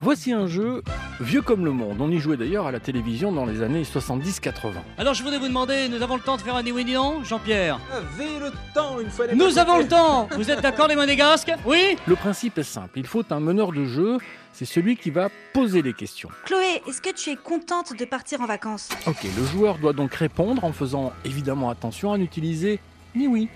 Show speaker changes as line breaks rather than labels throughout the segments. Voici un jeu vieux comme le monde. On y jouait d'ailleurs à la télévision dans les années 70-80.
Alors je voudrais vous demander, nous avons le temps de faire un oui ni non, Jean-Pierre
Avez le temps une fois
Nous avons le temps Vous êtes d'accord les monégasques Oui
Le principe est simple. Il faut un meneur de jeu. C'est celui qui va poser les questions.
Chloé, est-ce que tu es contente de partir en vacances
Ok, le joueur doit donc répondre en faisant évidemment attention à n'utiliser ni oui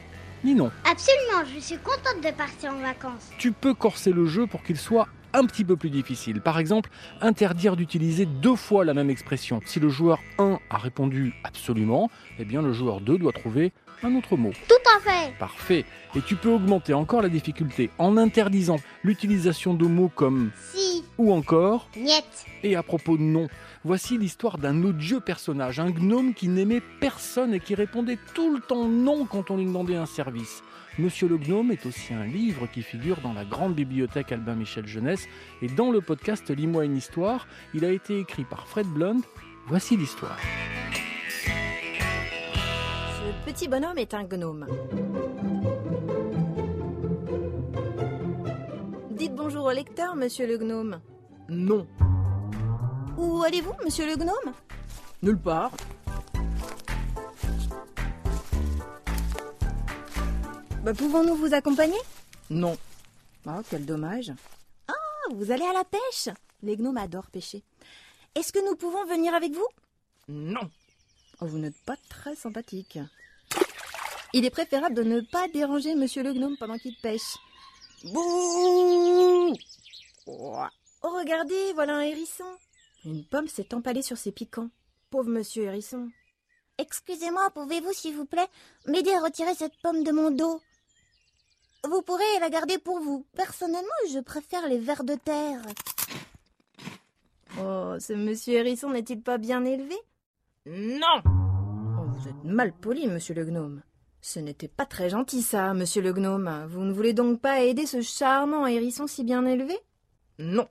ni non.
Absolument, je suis contente de partir en vacances.
Tu peux corser le jeu pour qu'il soit un petit peu plus difficile. Par exemple, interdire d'utiliser deux fois la même expression. Si le joueur 1 a répondu absolument, eh bien le joueur 2 doit trouver un autre mot.
Tout en fait.
Parfait. Et tu peux augmenter encore la difficulté en interdisant l'utilisation de mots comme
Si,
ou encore
niette.
et à propos de non. Voici l'histoire d'un odieux personnage, un gnome qui n'aimait personne et qui répondait tout le temps non quand on lui demandait un service. Monsieur le gnome est aussi un livre qui figure dans la grande bibliothèque Albin Michel Jeunesse et dans le podcast Lis-moi une histoire, il a été écrit par Fred Blunt. Voici l'histoire.
Ce petit bonhomme est un gnome. Dites bonjour au lecteur, monsieur le gnome.
Non,
Où allez-vous, monsieur le gnome
nulle part.
Bah, Pouvons-nous vous accompagner
Non. Ah, quel dommage.
Ah, Vous allez à la pêche Les gnomes adorent pêcher. Est-ce que nous pouvons venir avec vous
Non. Oh, Vous n'êtes pas très sympathique.
Il est préférable de ne pas déranger monsieur le gnome pendant qu'il pêche. Bouh Ouah. Oh, regardez, voilà un hérisson. Une pomme s'est empalée sur ses piquants. Pauvre monsieur hérisson.
Excusez-moi, pouvez-vous, s'il vous plaît, m'aider à retirer cette pomme de mon dos Vous pourrez la garder pour vous. Personnellement, je préfère les vers de terre.
Oh, ce monsieur hérisson n'est-il pas bien élevé
Non
Oh, vous êtes mal poli, monsieur le gnome. Ce n'était pas très gentil, ça, monsieur le gnome. Vous ne voulez donc pas aider ce charmant hérisson si bien élevé
Non.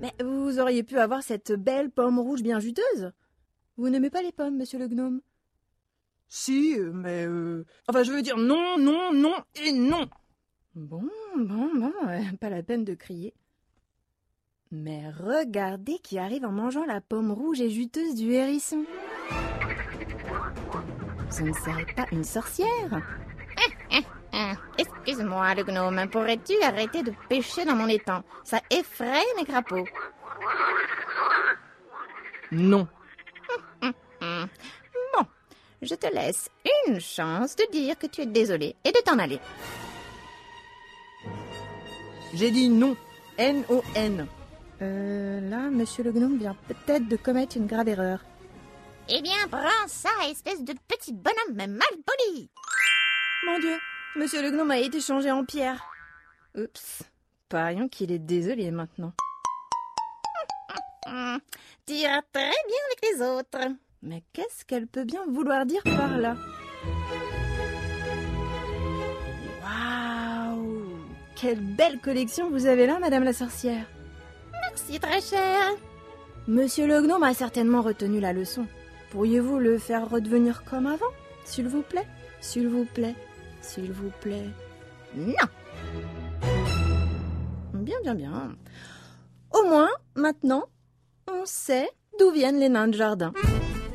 Mais vous auriez pu avoir cette belle pomme rouge bien juteuse. Vous n'aimez pas les pommes, monsieur le gnome
Si, euh, mais... euh, Enfin, je veux dire non, non, non et non.
Bon, bon, bon, euh, pas la peine de crier. Mais regardez qui arrive en mangeant la pomme rouge et juteuse du hérisson. Ce ne serait pas une sorcière
Ah, Excuse-moi, le gnome, pourrais-tu arrêter de pêcher dans mon étang Ça effraie mes crapauds.
Non.
Hmm. Bon, je te laisse une chance de dire que tu es désolé et de t'en aller.
J'ai dit non. N-O-N.
Euh, là, monsieur le gnome vient peut-être de commettre une grave erreur.
Eh bien, prends ça, espèce de petit bonhomme mal poli.
Mon Dieu, monsieur le gnome a été changé en pierre. Oups, parions qu'il est désolé maintenant.
Hmm. Tu iras très bien avec les autres.
Mais qu'est-ce qu'elle peut bien vouloir dire par là Waouh Quelle belle collection vous avez là, madame la sorcière
Merci, très cher.
Monsieur le gnome a certainement retenu la leçon. Pourriez-vous le faire redevenir comme avant S'il vous plaît S'il vous plaît S'il vous plaît
Non.
Bien, bien, bien. Au moins, maintenant, on sait d'où viennent les nains de jardin.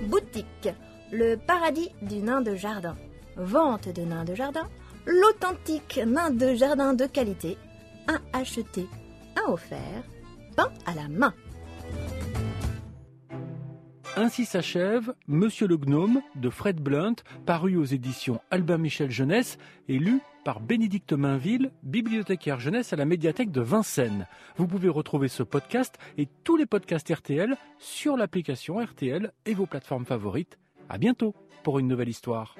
Boutique, le paradis du nain de jardin. Vente de nains de jardin, l'authentique nain de jardin de qualité. Un acheté, un offert, pain à la main.
Ainsi s'achève Monsieur le Gnome de Fred Blunt, paru aux éditions Albin Michel Jeunesse et lu par Bénédicte Mainville, bibliothécaire jeunesse à la médiathèque de Vincennes. Vous pouvez retrouver ce podcast et tous les podcasts RTL sur l'application RTL et vos plateformes favorites. À bientôt pour une nouvelle histoire.